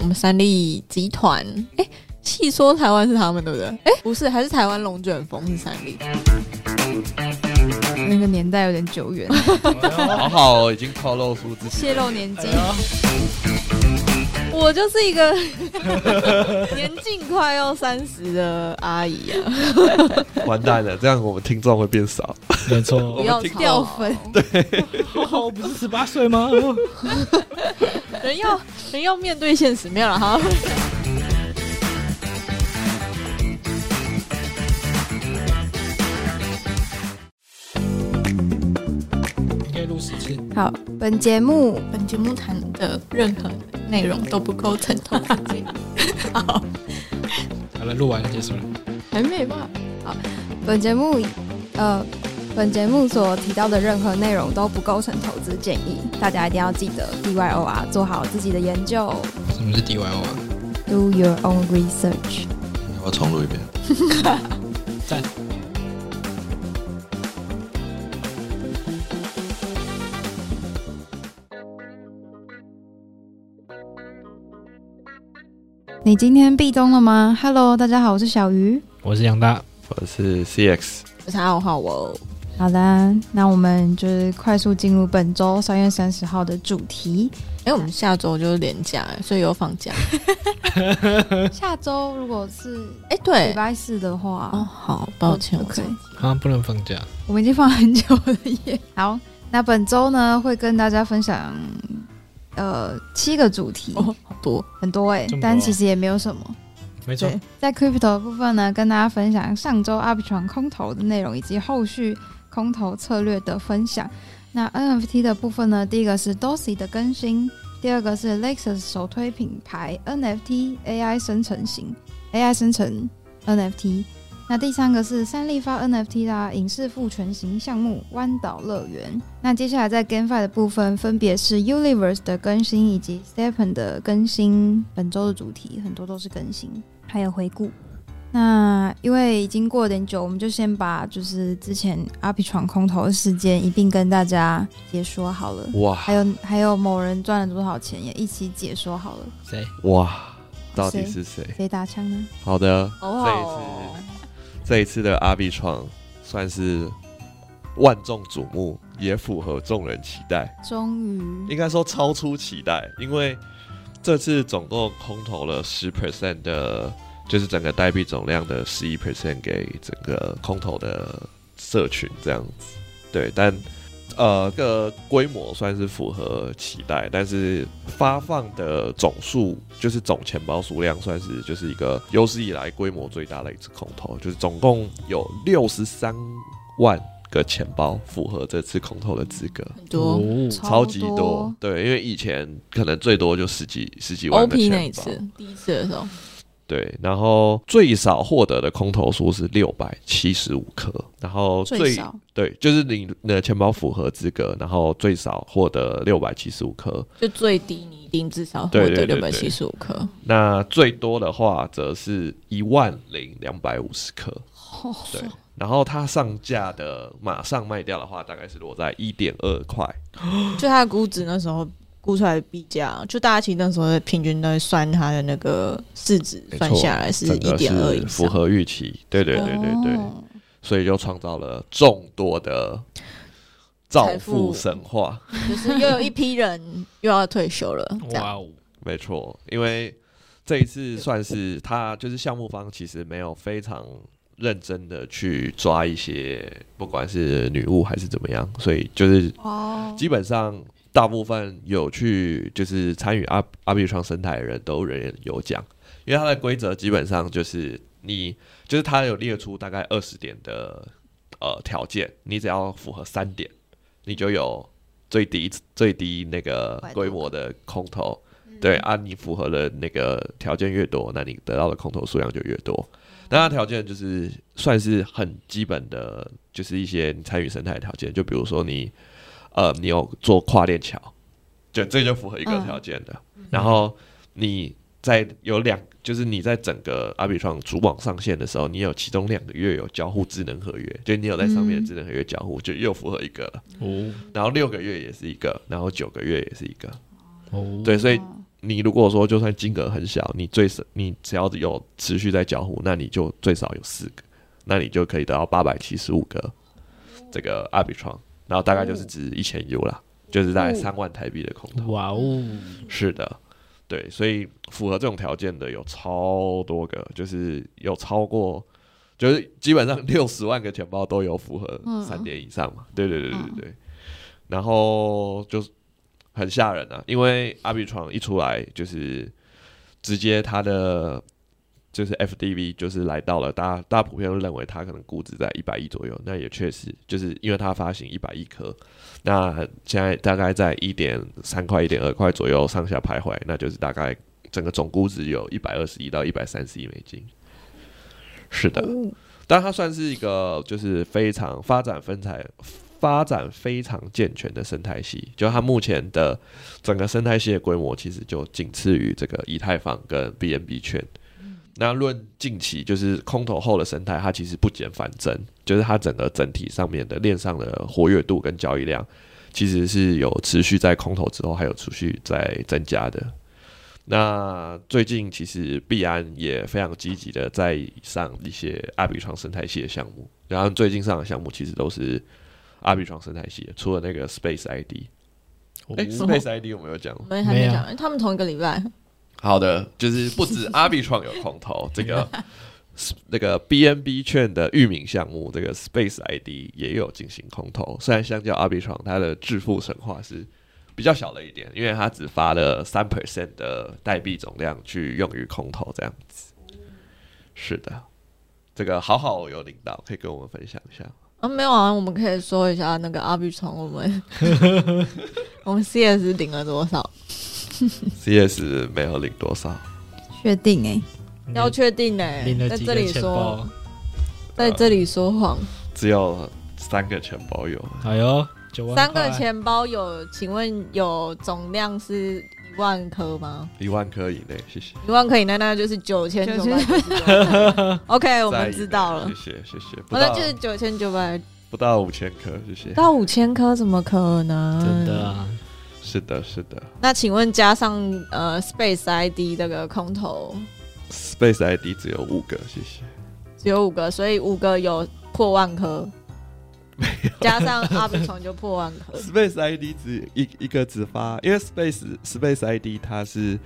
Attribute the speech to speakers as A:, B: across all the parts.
A: 我们三立集团，哎、戏说台湾是他们对不对？哎、不是，还是台湾龙卷风是三立。
B: 那个年代有点久 远，
C: 好好，已经透露出自己。
B: 泄露年
A: 哎
B: 纪。
A: 我就是一个 年近快要三十的阿姨啊，
C: 完蛋了，这样我们听众会变少。
D: 没错
A: 不，要
C: 听过
A: 掉粉，
D: 我不哦是十八岁吗？
A: 人要人要面对现实，没有了哈。
D: 可以录十次。
B: 好，本节目
A: 本节目谈的任何内容都不构成投资建议。好，
D: 好了，录完了，结束了。
A: 还没吧？
B: 本节目呃，本节目所提到的任何内容都不构成投资建议，大家一定要记得 D Y O R 做好自己的研究
D: 什么是 DYO 啊？
B: ，Do your own research。
C: 我重录一遍。
D: 赞。
B: 你今天壁咚了吗？Hello，大家好，我是小鱼。
D: 我是杨大，
C: 我是 CX，
A: 我是浩浩哦，
B: 好的，那我们就是快速进入本周三月三十号的主题。
A: 哎、我们下周就是连假，所以有放假。
B: 下周如果是
A: 哎、
B: 礼
A: 对，
B: 拜四的话，
A: 哦，好，抱歉，我
B: OK，
D: 好啊像不能放假。
B: 我们已经放很久了耶。好，那本周呢会跟大家分享呃七个主题，
A: 哦，好多，
B: 很多哎、
D: 这么多啊
B: 但其实也没有什么。
D: 没错
B: 对，，在 crypto 的部分呢，跟大家分享上周 Arbitron 空投的内容以及后续空投策略的分享。那 NFT 的部分呢，第一个是 Dosi 的更新，第二个是 Lexus 首推品牌 NFT AI 生成型 AI 生成 NFT。那第三个是三立发 NFT 啦，影视复权型项目湾岛乐园。那接下来在 GameFi 的部分，分别是 Universe 的更新以及 Stepen 的更新。本周的主题很多都是更新。还有回顾。那因为已经过了点久，我们就先把就是之前阿皮闯空头的事件一并跟大家解说好了。
C: 哇
B: 还有还有某人赚了多少钱也一起解说好了。
D: 谁？
C: 哇，到底是谁？
B: 谁打枪呢？
C: 好的，
A: 哦
C: 这一次这一次的阿比创算是万众瞩目，也符合众人期待。
B: 终于
C: 应该说超出期待，因为这次总共空投了十 percent 的，就是整个代币总量的十一 percent 给整个空投的社群这样子。对，但呃，这个规模算是符合期待，但是发放的总数就是总钱包数量算是就是一个有史以来规模最大的一次空投，就是总共有六十三万个钱包符合这次空投的资格。
A: 很多。
C: 哦超级
B: 多
C: 多，对，因为以前可能最多就十几十几万的
A: OP
C: 钱包
A: 那一次，第一次的时候，
C: 对，然后最少获得的空投数是六百七十五颗，然后最
B: 最少
C: 对，就是你的钱包符合资格，然后最少获得六百七十五颗，
A: 就最低你一定至少获
C: 对对
A: 得
C: 对
A: 六百七十五颗，
C: 那最多的话则是一万零两百五十颗，
B: 哦，
C: 对， 然后它上架的马上卖掉的话，大概是落在一点二块，
A: 就它的估值那时候估出来的币价，就大家其实那时候平均都会算它的那个市值，
C: 没错
A: 算下来是
C: 整
A: 一
C: 个
A: 点二以上，哦
C: 是符合预期，对对对对对。所以就创造了众多的造富神话。
A: 就是又有一批人又要退休了，这样
D: 哇哦，
C: 没错，因为这一次算是他就是项目方其实没有非常认真的去抓一些，不管是女巫还是怎么样，所以就是
B: 哦，
C: 基本上。大部分有去就是参与阿阿比创生态的人都人人有奖，因为它的规则基本上就是你就是它有列出大概二十点的呃条件，你只要符合三点，你就有最低最低那个规模的空投。对啊，你符合了那个条件越多，那你得到的空投数量就越多。那它条件就是算是很基本的，就是一些你参与生态的条件，就比如说你呃，你有做跨链桥，就这就符合一个条件的。然后你在有两，就是你在整个阿比创主网上线的时候，你有其中两个月有交互智能合约，就你有在上面的智能合约交互，就又符合一个了。
D: 哦
C: 然后六个月也是一个，然后九个月也是一个。
D: 哦，
C: 对，所以
B: 哦
C: 你如果说就算金额很小，你最少你只要有持续在交互，那你就最少有四个，那你就可以得到八百七十五个这个阿比创，然后大概就是值一千 U 啦，就是大概三万台币的空投。
D: 哇哦，
B: 嗯
C: 是的，对，所以符合这种条件的有超多个，就是有超过，就是基本上 六十万个钱包都有符合
B: 嗯
C: 三点以上嘛。对对对对对对。然后就是很吓人啊，因为阿比床一出来就是直接它的。就是 FDV 就是来到了大家大家普遍都认为它可能估值在一百亿左右，那也确实就是因为它发行一百亿颗，那现在大概在一点三块、一点二块左右上下徘徊，那就是大概整个总估值有一百二十亿到一百三十亿美金。是的，但它算是一个就是非常发展分财发展非常健全的生态系，就它目前的整个生态系的规模其实就仅次于这个以太坊跟 BNB 圈。那论近期就是空投后的生态，它其实不减反增，就是它整个整体上面的链上的活跃度跟交易量，其实是有持续在空投之后还有持续在增加的。那最近其实币安也非常积极的在上一些阿比床生态系的项目，然后最近上的项目其实都是阿比床生态系的，除了那个 Space ID，哎、
D: 哦
A: 是
C: s p a c e ID 有没有讲？
A: 我们还没
D: 没
A: 讲，他们同一个礼拜，
C: 好的，就是不 止阿比创有空投，这个 那个 BNB 券的域名项目，这个 Space ID 也有进行空投。虽然相较阿比创，它的致富神话是比较小了一点，因为它只发了三 percent 的代币总量去用于空投，这样子。是的，这个好好有领导可以跟我们分享一下。
A: 啊，没有啊，我们可以说一下那个阿比从我们 我们 CS 领了多少？
C: CS 没有领多少，
B: 确定哎、
A: 要确定呢、
D: 领了
A: 在
D: 几
A: 这
D: 个
A: 里
D: 钱
A: 说
D: 包，，啊
A: 在这里说谎。
C: 只有三个钱包有。
D: 哎呦，九万块
A: 三个，钱包有，请问有总量是一万颗吗？
C: 一万颗以内，谢谢。
A: 一万颗以内，那就是九千九百九十九。OK，我们 知道了
C: 谢。谢谢谢。不
A: 好了，
C: 到
A: 就是九千九百
C: 不到五千颗，谢谢。
A: 到五千颗，怎么可能？
D: 真的啊。
C: 是的，是的
A: 那请问加上呃 Space ID 这个空投
C: ，Space ID 只有五个，谢谢。
A: 只有五个，所以五个有破万颗，加上阿比虫就破万颗。
C: Space ID 只一一个只发，因为 Space Space ID 它是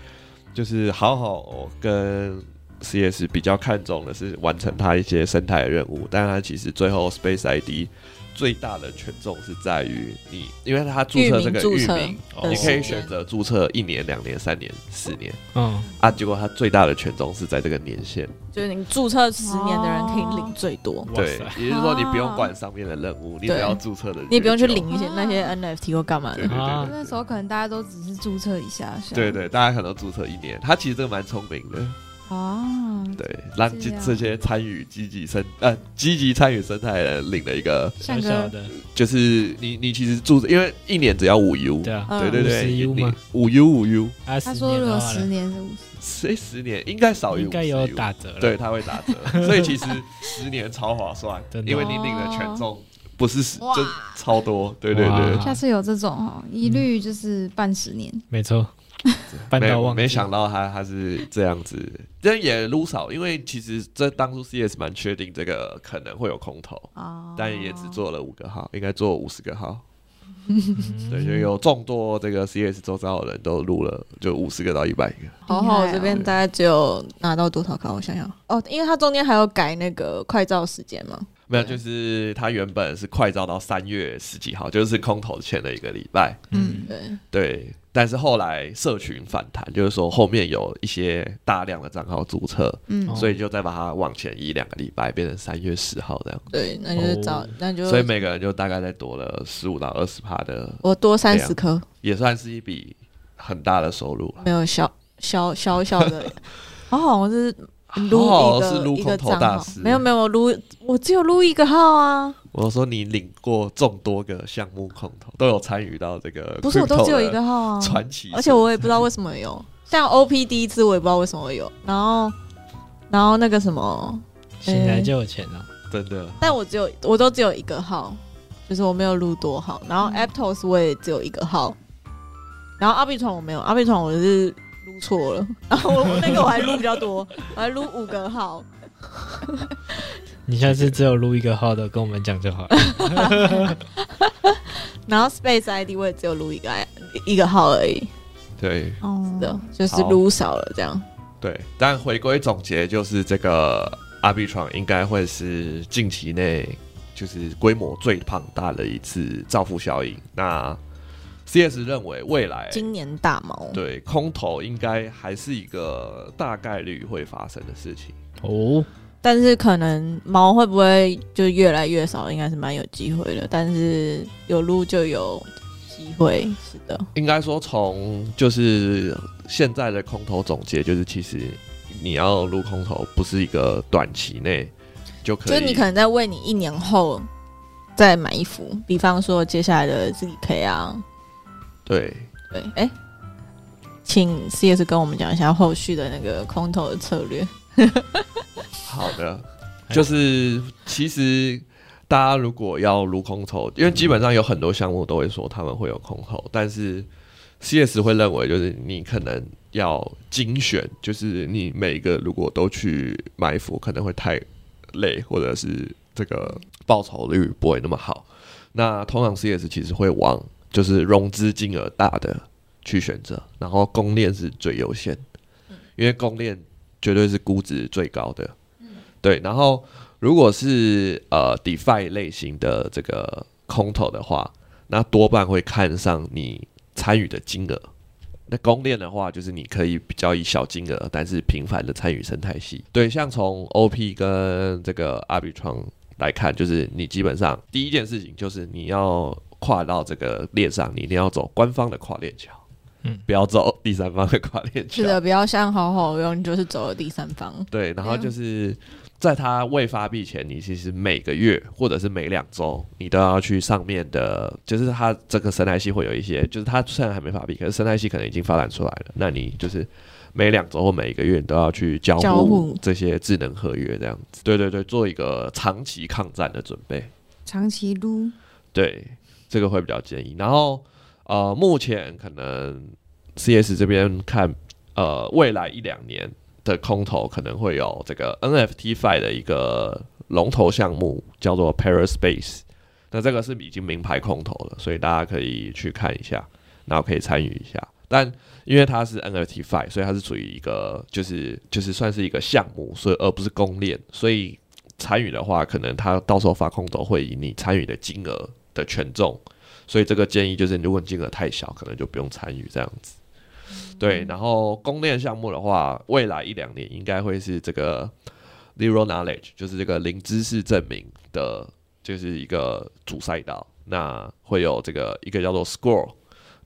C: 就是好好跟 CS 比较看重的是完成它一些生态的任务，但它其实最后 Space ID 最大的权重是在于你，因为它注
A: 域
C: 册这
A: 名
C: 个
A: 注
C: 域
A: 册
C: 名，哦
D: 的
C: 你可
A: 时
C: 以
A: 间
C: 选择注册一年、两年、三年、四年
D: 嗯，
C: 啊，结果它最大的权重是在这个年限。
A: 就是你注册十年的人可以领最多，
D: 哇
C: 对
D: 塞，，
C: 也就是说你不用管上面的任务，你只
A: 对
C: 要注册的，
A: 你也不用去领一些
B: 啊
A: 那些 NFT 或干嘛
C: 对。对
A: 的。
C: 对
D: 啊
C: 对
B: 那时候可能大家都只是注册一下下，
C: 对对，大家可能注册一年，他其实这个蛮聪明的，
B: 啊，
C: 对，让
B: 这
C: 这
B: 样
C: 这些参与积极生呃积极参与生态的人领了一个，
B: 像
D: 小
B: 个
D: 小的，
C: 就是你你其实注册，因为一年只要五 U，
D: 对啊，
A: 嗯
C: 对对对，
D: 50 U
C: 你
D: 吗
C: 五 U 五 U，
D: 啊，十
B: 他说
D: 年
B: 如
D: 的
B: 果
D: 话
B: 十
D: 呢
B: 年是五十，
C: 所以十年应该少于
D: 应该
C: 50 U
D: 有打折了，
C: 对，，它会打折，所以其实十年超划算，
D: 真的
C: 因为你领的权重不是十，就超多，对对
D: 哇
C: 对
D: 啊
B: 下次有这种哦，一律就是办十年，
D: 没 错，半
C: 没
D: 到忘记
C: 没想到他他是这样子，但也撸少，因为其实这当初 CS 蛮确定这个可能会有空投，
B: 哦，
C: 但也只做了五个号，应该做五十个号。对，就有众多这个 CS 周遭的人都录了，就五十个到一百个。
A: 好好，我这边大概只有拿到多少颗？我想想，哦，因为它中间还有改那个快照时间嘛。
C: 没有，就是他原本是快照到三月十几号，就是空投前的一个礼拜。
D: 嗯，
A: 对，
C: 对，但是后来社群反弹，就是说后面有一些大量的账号注册，
B: 嗯
D: 哦
C: 所以就再把它往前移两个礼拜，变成三月十号这样。
A: 对，那就是早，
D: 哦
A: 那就
C: 所以每个人就大概再多了十五到二十趴的，
A: 我多三十颗，
C: 也算是一笔很大的收入了。
A: 没有小小小小 的，好好像是
C: 好
A: 撸一
C: 好
A: 个
C: 是撸
A: 一
C: 空
A: 个
C: 头
A: 账
C: 大
A: 号
C: 师，
A: 没有没有我撸，我只有撸一个号 啊，
C: 我说你领过众多个项目空投，都有参与到这个，
A: 不是我都只有一个。号啊，
C: 传奇，
A: 而且我也不知道为什么有，像 OP 第一支我也不知道为什么会有，然后然后那个什么，
D: 醒来就有钱了。
C: 真的
A: 但我只有我都只有一个号，就是我没有录多号，然后
B: 嗯
A: Aptos 我也只有一个号，然后阿碧床我没有，阿碧床我是撸错了，然后我我那个我还撸比较多，我还撸五个号，
D: 你下次只有录一个号的跟我们讲就好了。
A: 然后 Space ID 我也只有撸一个一个号而已，
C: 对
B: 哦
A: 的、就是
C: 好
A: 撸少了这样。
C: 对。但回归总结就是，这个阿 B 床应该会是近期内就是规模最庞大的一次造富效应。那 CS 认为未来
A: 今年大毛，
C: 哎对空投应该还是一个大概率会发生的事情。
D: 哦，
A: 但是可能毛会不会就越来越少，应该是蛮有机会的。但是有撸就有机会，是的。
C: 应该说，从就是现在的空头总结，就是其实你要入空头，不是一个短期内就可
A: 就
C: 以。
A: 是你可能在为你一年后再买衣服，比方说接下来的 ZK 啊，
C: 对，
A: 对，哎、请 CS 跟我们讲一下后续的那个空投的策略。
C: 好的，就是其实大家如果要入空头，因为基本上有很多项目都会说他们会有空头，但是 CS 会认为就是你可能要精选，就是你每一个如果都去埋伏，可能会太累，或者是这个报酬率不会那么好。那通常 CS 其实会往就是融资金额大的去选择，然后公链是最优先，因为公链绝对是估值最高的。对，然后如果是呃 DeFi 类型的这个空投的话，那多半会看上你参与的金额。那公链的话，就是你可以比较以小金额，但是频繁的参与生态系。对，像从 OP 跟这个阿比创来看，就是你基本上第一件事情就是你要跨到这个链上，你一定要走官方的跨链桥，
D: 嗯
C: 不要走第三方的跨链桥。
A: 是啊的，不要像好好用，就是走了第三方。
C: 对，啊然后就是在它未发币前，你其实每个月或者是每两周，你都要去上面的，就是它这个生态系会有一些，就是它虽然还没发币，可是生态系可能已经发展出来了，那你就是。每两周或每一个月，你都要去交
A: 交
C: 互
A: 互
C: 这些智能合约，这样子。对对对，做一个长期抗战的准备。
B: 长期撸，
C: 对，这个会比较建议。然后呃，目前可能 CS 这边看呃未来一两年的空投可能会有这个 NFT Fi 的一个龙头项目叫做 Paraspace，那这个是已经名牌空投了，所以大家可以去看一下，然后可以参与一下。但因为它是 NFT Fi，所以它是属于一个就是就是算是一个项目，所以而不是公链，所以参与的话，可能他到时候发空投会以你参与的金额的权重，所以这个建议就是，如果你金额太小，可能就不用参与这样子。对，然后公链项目的话，未来一两年应该会是这个 zero knowledge，就是这个零知识证明的，就是一个主赛道。那会有这个一个叫做 Scroll，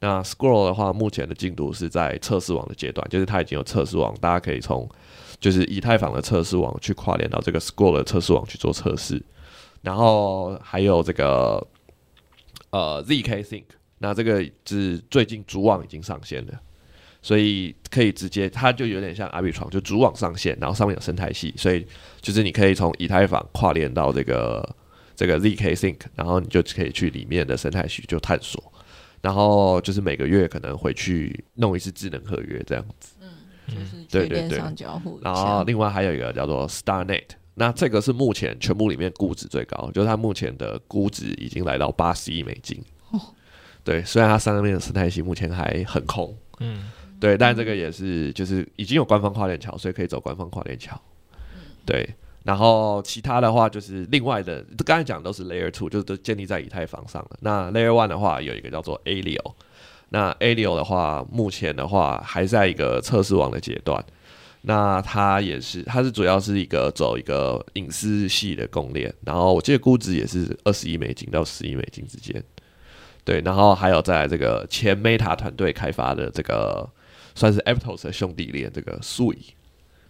C: 那 Scroll 的话，目前的进度是在测试网的阶段，就是它已经有测试网，大家可以从就是以太坊的测试网去跨连到这个 Scroll 的测试网去做测试，然后还有这个呃 ZK Sync，那这个是最近主网已经上线了。所以可以直接，它就有点像阿比床，就主网上线，然后上面有生态系，所以就是你可以从以太坊跨链到这个这个 ZK Sync，然后你就可以去里面的生态系就探索，然后就是每个月可能回去弄一次智能合约这样
A: 就是
C: 嗯对
A: 去
C: 对
A: 链
C: 对
A: 上交互一
C: 然后
A: 下，
C: 另外还有一个叫做 StarNet，那这个是目前全部里面估值最高，就是它目前的估值已经来到八十亿美金。
B: 哦
C: 对，虽然它上面的生态系目前还很空，
D: 嗯，
C: 对，但这个也是就是已经有官方跨链桥，所以可以走官方跨链桥。对，然后其他的话就是另外的，刚才讲的都是 Layer Two，就是都建立在以太坊上的。那 Layer One 的话有一个叫做 Alio，那 Alio 的话目前的话还在一个测试网的阶段。那它也是，它是主要是一个走一个隐私系的供链，然后我记得估值也是二十亿美金到十亿美金之间，对，然后还有在这个前 Meta 团队开发的这个算是 Aptos 的兄弟链这个 Sui，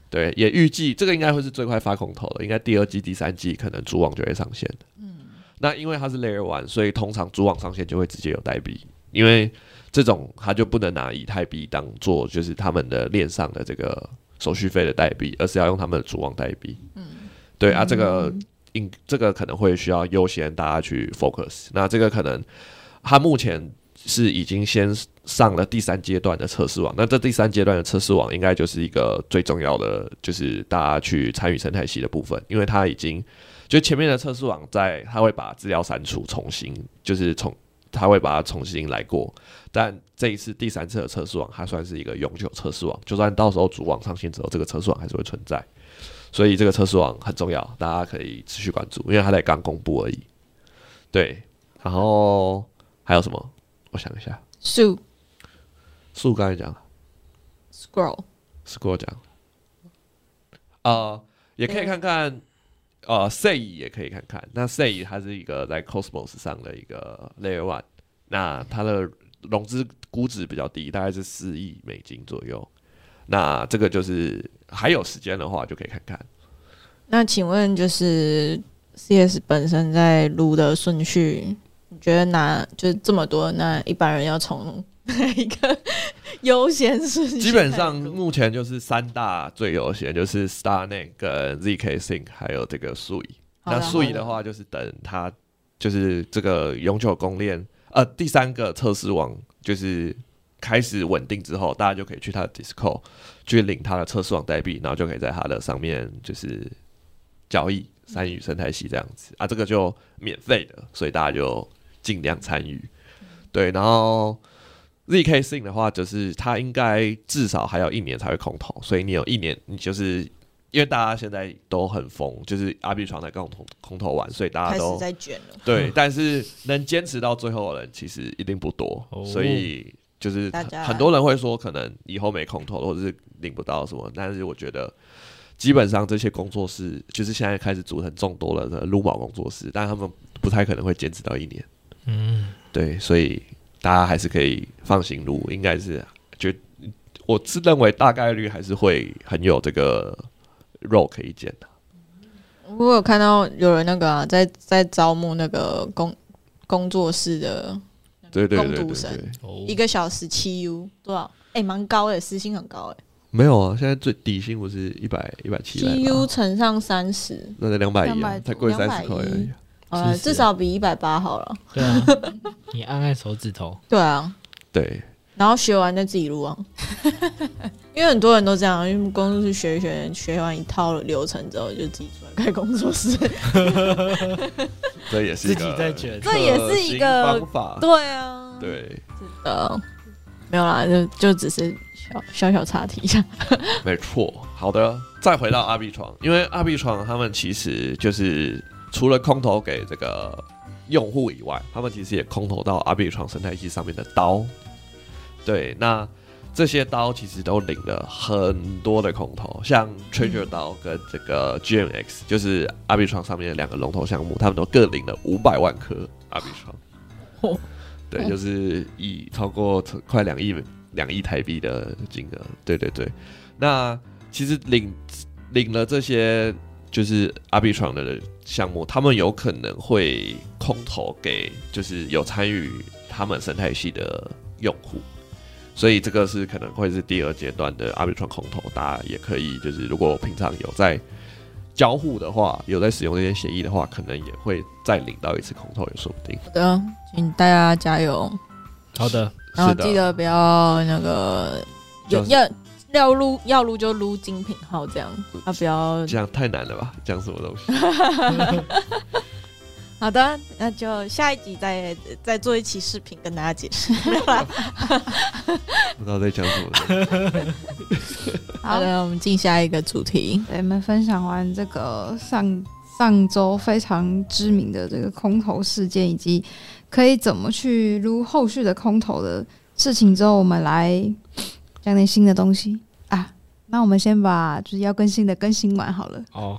C: 对，也预计这个应该会是最快发空投的，应该第二季、第三季可能主网就会上线嗯，那因为它是 Layer One，所以通常主网上线就会直接有代币，因为这种他就不能拿以太币当做就是他们的链上的这个手续费的代币，而是要用他们的主网代币。嗯，对啊，这个应这个可能会需要优先大家去 focus。那这个可能他目前是已经先上了第三阶段的测试网，那这第三阶段的测试网应该就是一个最重要的，就是大家去参与生态系的部分，因为它已经就前面的测试网在，它会把资料删除，重新就是重，它会把它重新来过。但这一次第三次的测试网，它算是一个永久测试网，就算到时候主网上线之后，这个测试网还是会存在。所以这个测试网很重要，大家可以持续关注，因为它才刚公布而已。对，然后还有什么？我想一下，
A: 树
C: 树刚才讲了。
A: scroll
C: 是跟我讲，啊、也可以看看，呃，Say 也可以看看。那 Say 它是一个在 Cosmos 上的一个 Layer One，那它的融资估值比较低，大概是四亿美金左右。那这个就是还有时间的话，就可以看看。
A: 那请问就是 CS 本身在撸的顺序，你觉得哪就是这么多？那一般人要从哪一个 优先顺序来撸？
C: 基本上目前就是三大最优先，就是 StarNet 跟 ZK Sync，还有这个 Sui。
A: 好啦
C: 那素
A: 好
C: 以
A: 啦
C: 的话，就是等它就是这个永久公链，呃，第三个测试网就是开始稳定之后，大家就可以去它的 Disco 去领它的测试网代币，然后就可以在它的上面就是交易参与生态系这样子啊，这个就免费的，所以大家就尽量参与。对，然后 ZK Sync 的话，就是它应该至少还有一年才会空投，所以你有一年，你就是因为大家现在都很疯，就是阿 B 床在跟我空空投玩，所以大
A: 开
C: 家
A: 始
C: 都
A: 在卷了，
C: 对，但是能坚持到最后的人其实一定不多，
D: 哦
C: 所以就是
A: 大家
C: 很多人会说，可能以后没空投或者是领不到什么，但是我觉得。基本上这些工作室就是现在开始组成众多了的撸毛工作室，但他们不太可能会坚持到一年。
D: 嗯，
C: 对，所以大家还是可以放心录，应该是觉我自认为大概率还是会很有这个肉可以捡的。
A: 我有看到有人那个、啊、在在招募那个工工作室的
C: 对对对
A: 攻
C: 对
A: 读生
C: 对，
D: 哦
A: 一个小时七 U 多少？哎、蛮高哎、时薪很高哎、
C: 没有啊，现在最底薪不是一百一百七来
A: 七 U 乘上三十，
C: 那才两百一啊，
B: 200
C: 才贵三
A: 210
C: 十块而已啊。
A: 呃，
D: 是是
A: 至少比一百八好了。
D: 对啊，你按按手指头，
A: 对啊，
C: 对，
A: 然后学完再自己录 啊，因为很多人都这样，因为工作室学一学，学完一套流程之后就自己出来开工作 室。
C: 这也是
D: 自
C: 一
D: 己
C: 个
D: 在卷，
A: 这也是一
C: 可
A: 个
C: 行方法。
A: 对啊，
C: 对，
A: 呃，没有啦，就就只是小小小插题一下。
C: 没错。好的，再回到阿 B 床，因为阿 B 床他们其实就是除了空投给这个用户以外，他们其实也空投到阿 B 床生态系上面的刀。对，那这些刀其实都领了很多的空投，像 Treasure 刀跟这个 GMX，就是阿 B 床上面的两个龙头项目，他们都各领了五百万颗阿 B 床。
A: 哦
C: 对，就是以超过快两亿两亿台币的金额。对对对，那其实领领了这些就是阿比床的项目，他们有可能会空投给就是有参与他们生态系的用户，所以这个是可能会是第二阶段的阿比床空投，大家也可以就是如果平常有在交互的话，有在使用这些协议的话，可能也会再领到一次空投也说不定。
A: 好的，啊请大家加油，
D: 好的，
A: 然后
C: 是的
A: 记得不要那个有
C: 就是
A: 要要撸要撸就撸精品号这样，啊不要。
C: 这样太难了吧？讲什么 东西？
A: 好的，那就下一集再再做一期视频跟大家解释。没有啦
C: 不知道在讲什么。
A: 好
B: 好，
A: 的，我们进下一个主题。
B: 对，我们分享完这个上上周非常知名的这个空投事件，以及可以怎么去撸后续的空投的事情之后，我们来讲点新的东西啊。那我们先把就是要更新的更新完好了。
D: 哦，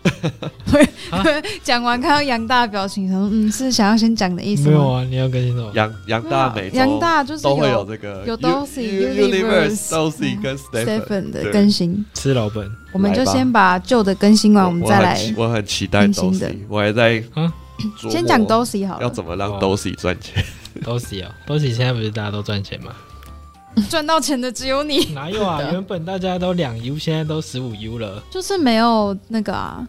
B: 讲完看到杨大的表情，想说嗯，是想要先讲的意思吗？啊
D: 没有啊，你要更新什么？
C: 杨杨大每周
B: 杨大就是
C: 都会有这个
B: 有
C: U-
B: Dossi,
C: U- Universe、
B: Universe 嗯
C: Dossi 跟 Stephen。
B: Stephen 的
C: 对
B: 更新，
D: 吃老本，
B: 我们就
C: 来吧
B: 先把旧的更新完，我们再来
C: 很期我很期待
B: 更新的
C: Dossi，我还在
D: 啊
C: 琢磨
B: 先讲 Dossi 好
C: 要
B: 了。
C: 怎么让
D: 哦
C: Dossi 赚钱。
D: 都喜哦，都喜现在不是大家都赚钱吗？
B: 赚到钱的只有你，
D: 哪有啊
A: 是？的
D: 原本大家都两 U，现在都十五 U 了。
B: 就是没有那个啊，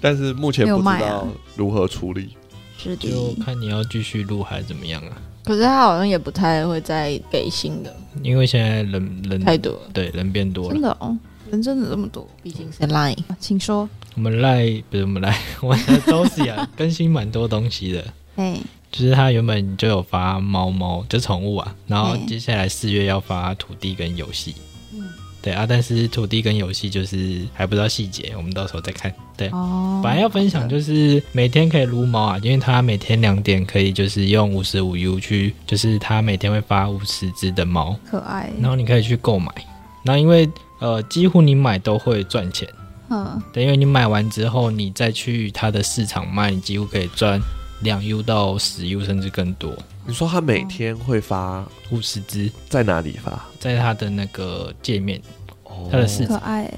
C: 但是目前不
B: 没有卖
C: 知
B: 啊
C: 道如何处理。
A: 是
D: 就看你要继续录还是怎么样啊？
A: 可是他好像也不太会再给新的，
D: 因为现在人
C: 嗯
A: 太
D: 人
A: 多了，
D: 对人变多
B: 真
D: 了，
B: 的哦，人真的这么多，
A: 毕竟是 Line。
B: 请说。
D: 我们赖不是我们赖，我的周喜 啊更新蛮多东西的。
B: 哎，
D: 就是他原本就有发猫猫，就是宠物啊，然后
B: 嗯
D: 接下来四月要发土地跟游戏，
B: 嗯，
D: 对啊，但是土地跟游戏就是还不知道细节，我们到时候再看。对，
B: 哦，
D: 本来要分享就是每天可以撸猫啊，因为它每天两点可以就是用五十五 U 去，就是它每天会发五十只的猫，
B: 可爱，
D: 然后你可以去购买，然后因为呃几乎你买都会赚钱，
B: 嗯，
D: 对，因为你买完之后你再去它的市场卖，你几乎可以赚两 U 到十 U 甚至更多，
C: 你说他每天会发
D: 五十只
C: 在哪里发？
D: 在它的那个界面，
C: 哦
D: 它的市
B: 可爱，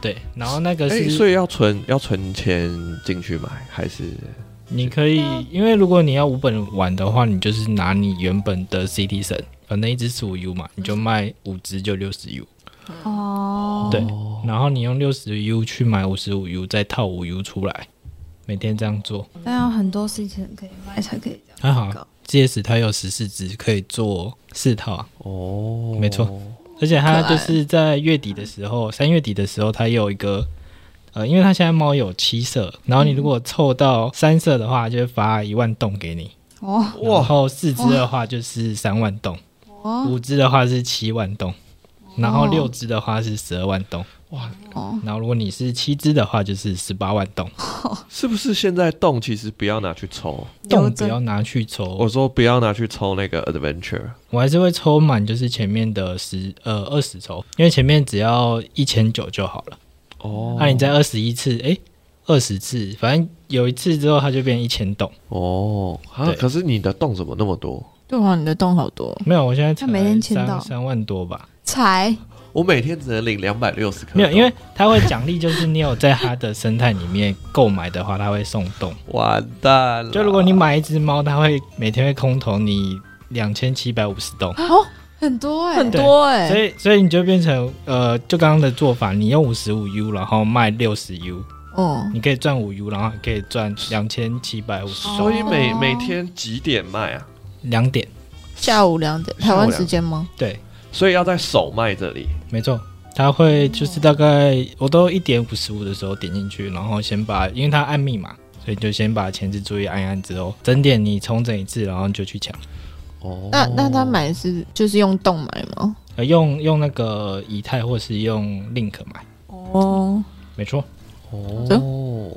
D: 对，然后那个
C: 哎、
D: 是、
C: 所以要存要存钱进去买，还是
D: 你可以，因为如果你要五本玩的话，你就是拿你原本的 CT 神，反正一只十五 U 嘛，你就卖五只就六十 U，
B: 哦，
D: 对，然后你用六十 U 去买五十五 U，再套五 U 出来，每天这样做。
B: 但要很多事情可以买才可以这样。
D: 还好啊
B: 搞
D: ，GS 它有十四只，可以做四套啊，
C: 哦，
D: 没错而且它
A: 可爱
D: 就是在月底的时候，三月底的时候，它有一个。呃，因为它现在猫有七色，然后你如果凑到三色的话，就会发一万洞给你；
B: 哦
D: 然
C: 哇，
D: 后四只的话就是三万洞。
B: 哦
D: 五只的话是七万栋，然后
B: 哦
D: 六只的话是十二万栋，
B: 哦，
D: 然后如果你是七只的话就是十八万栋，
C: 是不是现在洞其实不要拿去抽？
D: 栋
B: 有
D: 不
B: 真
D: 要拿去抽
C: 我，说不要拿去抽那个 adventure，
D: 我还是会抽满，就是前面的十呃二十抽，因为前面只要一千九就好了，
C: 哦，
D: 啊那、你在二十一次，诶二十次，反正有一次之后它就变一千栋，
C: 哦，啊
D: 对，
C: 可是你的洞怎么那么多？
A: 对啊，你的洞好多，
D: 没有，我现在才
B: 它每天签到
D: 三三万多吧，
B: 才
C: 我每天只能领两百六十颗洞，
D: 没有，因为它会奖励，就是你有在它的生态里面购买的话，它会送栋。
C: 完蛋了，
D: 就如果你买一只猫，它会每天会空投你两千七百五十栋，
B: 啊很多哎，
A: 很多哎、
D: 所以所以你就变成呃，就刚刚的做法，你用五十五 U，然后卖六十 U，
A: 哦，
D: 你可以赚五 U，然后还可以赚两千七百五十
C: 所以每
B: 哦
C: 每天几点卖啊？
D: 两点，
A: 下午两点，台湾时间吗？
D: 对，
C: 所以要在首卖这里
D: 没错。它会就是大概我都一点五十五的时候点进去，然后先把因为它按密码，所以就先把前置注意按一按之后，整点你重整一次，然后你就去抢。
C: 哦。
A: 那那他买是就是用洞买吗？
D: 呃，用用那个以太或是用 Link 买，
A: 哦，
D: 没错。
C: 哦，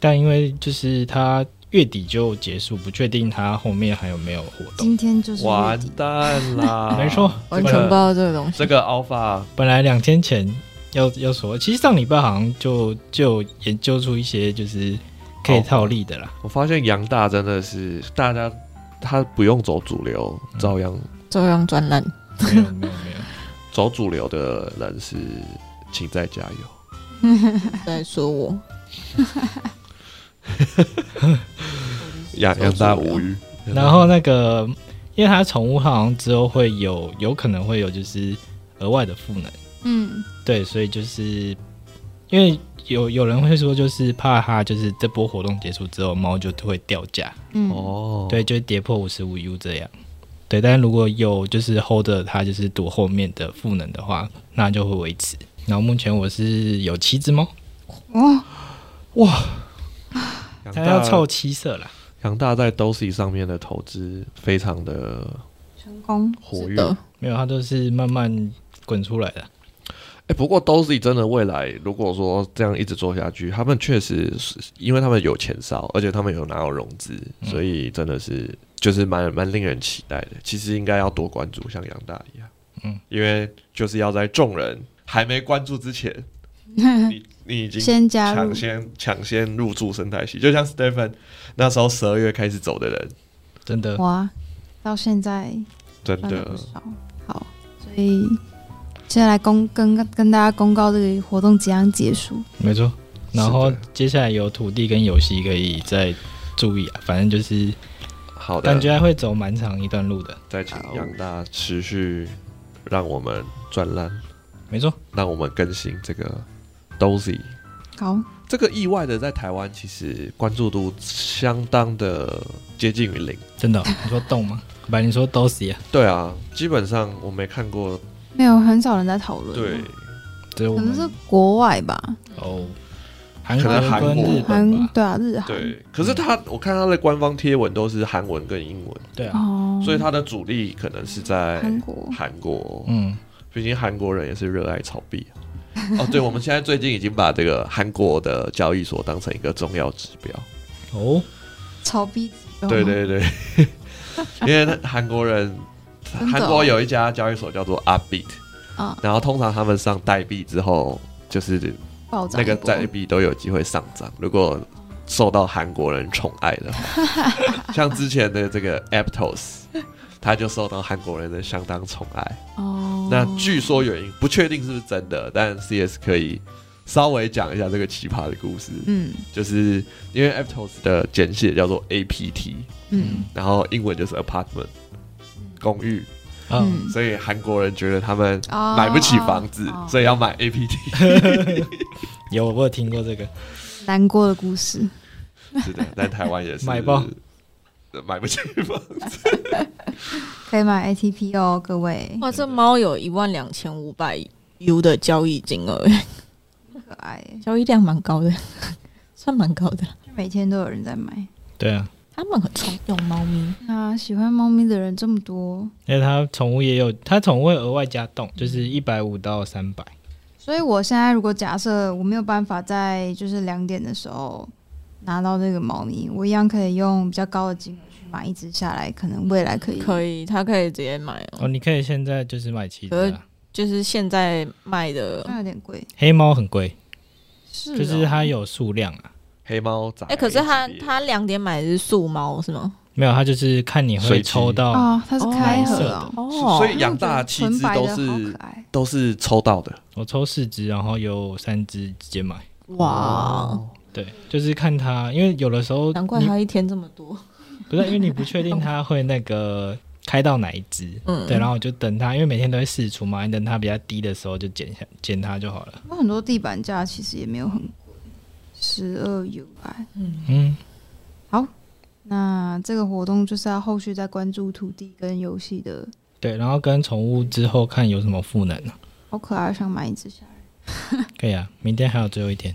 D: 但因为就是它月底就结束，不确定它后面还有没有活动。
B: 今天就是月
C: 完
B: 底
C: 蛋啦，
D: 没错，
A: 完全不知道这个东西。
C: 这个 alpha
D: 本来两天前要要说，其实上礼拜好像就就研究出一些就是可以套利的啦。
C: 我发现杨大真的是大家，他不用走主流，
D: 嗯
C: 照样
A: 照样专栏，
D: 没有没有没有，
C: 走主流的人是，请再加油。
A: 在说我
C: 杨杨大无语。
D: 然后那个因为它宠物它好像之后会有有可能会有就是额外的赋能，
B: 嗯，
D: 对，所以就是因为有有人会说就是怕它就是这波活动结束之后猫就会掉价，
B: 嗯，
C: 哦，
D: 对，就跌破五十五 U 这样。对，但如果有就是 hold 着它就是躲后面的赋能的话，那就会维持。然后目前我是有七只猫，
B: 哦，
C: 杨
D: 它
C: 大
D: 要凑七色啦。
C: 杨大在 Dosi 上面的投资非常的
B: 成功，
C: 活
A: 是
C: 跃。
A: 的，
D: 没有，它都是慢慢滚出来的。
C: 哎、不过 Dosi 真的未来如果说这样一直做下去，他们确实是因为他们有钱烧，而且他们有拿到融资，
D: 嗯
C: 所以真的是就是蛮蛮令人期待的。其实应该要多关注，像杨大一样，
D: 嗯，
C: 因为就是要在众人还没关注之 前，你你已经
B: 先加入
C: 抢，先抢先入驻生态系，就像 Stephen 那时候十二月开始走的人，
D: 真的，
B: 哇，到现在
C: 真
B: 赚
C: 的
B: 了不少，好，所以接下来公跟跟大家公告这个活动即将结束，
D: 没错。
C: 是的
D: 然后接下来有土地跟游戏可以再注意啊，反正就是
C: 好的，
D: 感觉还会走蛮长一段路的。
C: 再请杨大持续让我们转烂，
D: 没错，
C: 让我们更新这个 Dozy。
B: 好，
C: 这个意外的在台湾其实关注度相当的接近于零。
D: 真的哦、你说动吗？把你说都死啊，
C: 对啊，基本上我没看过。
B: 没有很少人在讨论，
C: 对，，
D: 只有我
B: 可能
D: 们
B: 是国外吧，
D: 哦，韩
C: 可能韩
D: 国跟
C: 国
D: 日
B: 韩
D: 本吧，
B: 对啊，日韩
C: 对，可是他我看他的官方贴文都是韩文跟英文，
D: 对啊，
B: 哦，
C: 所以他的主力可能是在
B: 韩国
C: 嗯韩国。
D: 嗯，
C: 毕竟韩国人也是热爱炒币啊。哦，对，我们现在最近已经把这个韩国的交易所当成一个重要指标。
D: 哦，
B: 炒哦币，
C: 对，对对， 因为韩国人，
B: 的哦
C: 韩国有一家交易所叫做 Upbeat，
B: 啊，
C: 然后通常他们上代币之后，就是
B: 暴
C: 那
B: 涨一波，
C: 个代币都有机会上涨。如果受到韩国人宠爱的话， 像之前的这个 Aptos，他就受到韩国人的相当宠爱。
B: 哦，
C: 那据说原因不确定是不是真的，但 CS 可以稍微讲一下这个奇葩的故事，
B: 嗯
C: 就是因为 Aptos 的简写叫做 APT，
B: 嗯
C: 然后英文就是 apartment 公寓，
D: 嗯，
B: 嗯，
C: 所以韩国人觉得他们
B: 哦
C: 买不起房子，
B: 哦
C: 所以要买 APT。
D: 有我有听过这个，
B: 难过的故事，
C: 是的，但台湾也是
D: 买爆
C: 呃买不起房 子。
B: 可以买 ATP 哦，各位，
A: 哇，这猫有一万两千五百 U 的交易金额，
B: 可爱耶，
A: 交易量蛮高的， 算蛮高的。
B: 就每天都有人在买。
D: 对啊，
A: 他们很常用猫咪，
B: 那喜欢猫咪的人这么多，
D: 因为它宠物也有，它宠物会额外加动，就是一百五到三百，
B: 所以我现在如果假设我没有办法在就是两点的时候拿到这个猫咪，我一样可以用比较高的金额去买一只下来，可能未来可以
A: 可以，它可以直接买哦
D: 哦，。你可以现在就是买七只
A: 可是
D: 啊，
A: 就是现在卖的，
B: 那有点贵，
D: 黑猫很贵，
B: 是哦、
D: 就是它有数量啊，
C: 黑猫仔，
A: 哎、可是它它两点买的是素猫是吗？
D: 没有，它就是看你
C: 随
D: 会
C: 机
D: 抽到，
B: 哦，它是开盒哦，
A: 哦
C: 所以养大的七
B: 纯
C: 只
B: 白
C: 都
B: 的好
C: 是
B: 可爱，
C: 都是抽到的。
D: 我抽四只，然后有三只直接买，
A: 哇，
D: 对，就是看它，因为有的时候
A: 难怪
D: 你
A: 它一天这么多。
D: 不是因为你不确定它会那个开到哪一只，
A: 嗯，
D: 对，然后我就等它，因为每天都会试出嘛，你等它比较低的时候就捡下捡它就好了。
B: 有很多地板价其实也没有很贵，十二 U I。
A: 嗯，
D: 嗯，
B: 那这个活动就是要后续再关注土地跟游戏的，
D: 对，然后跟宠物之后看有什么赋能、啊、
B: 好可爱，想买一只下来。
D: 可以啊，明天还有最后一天，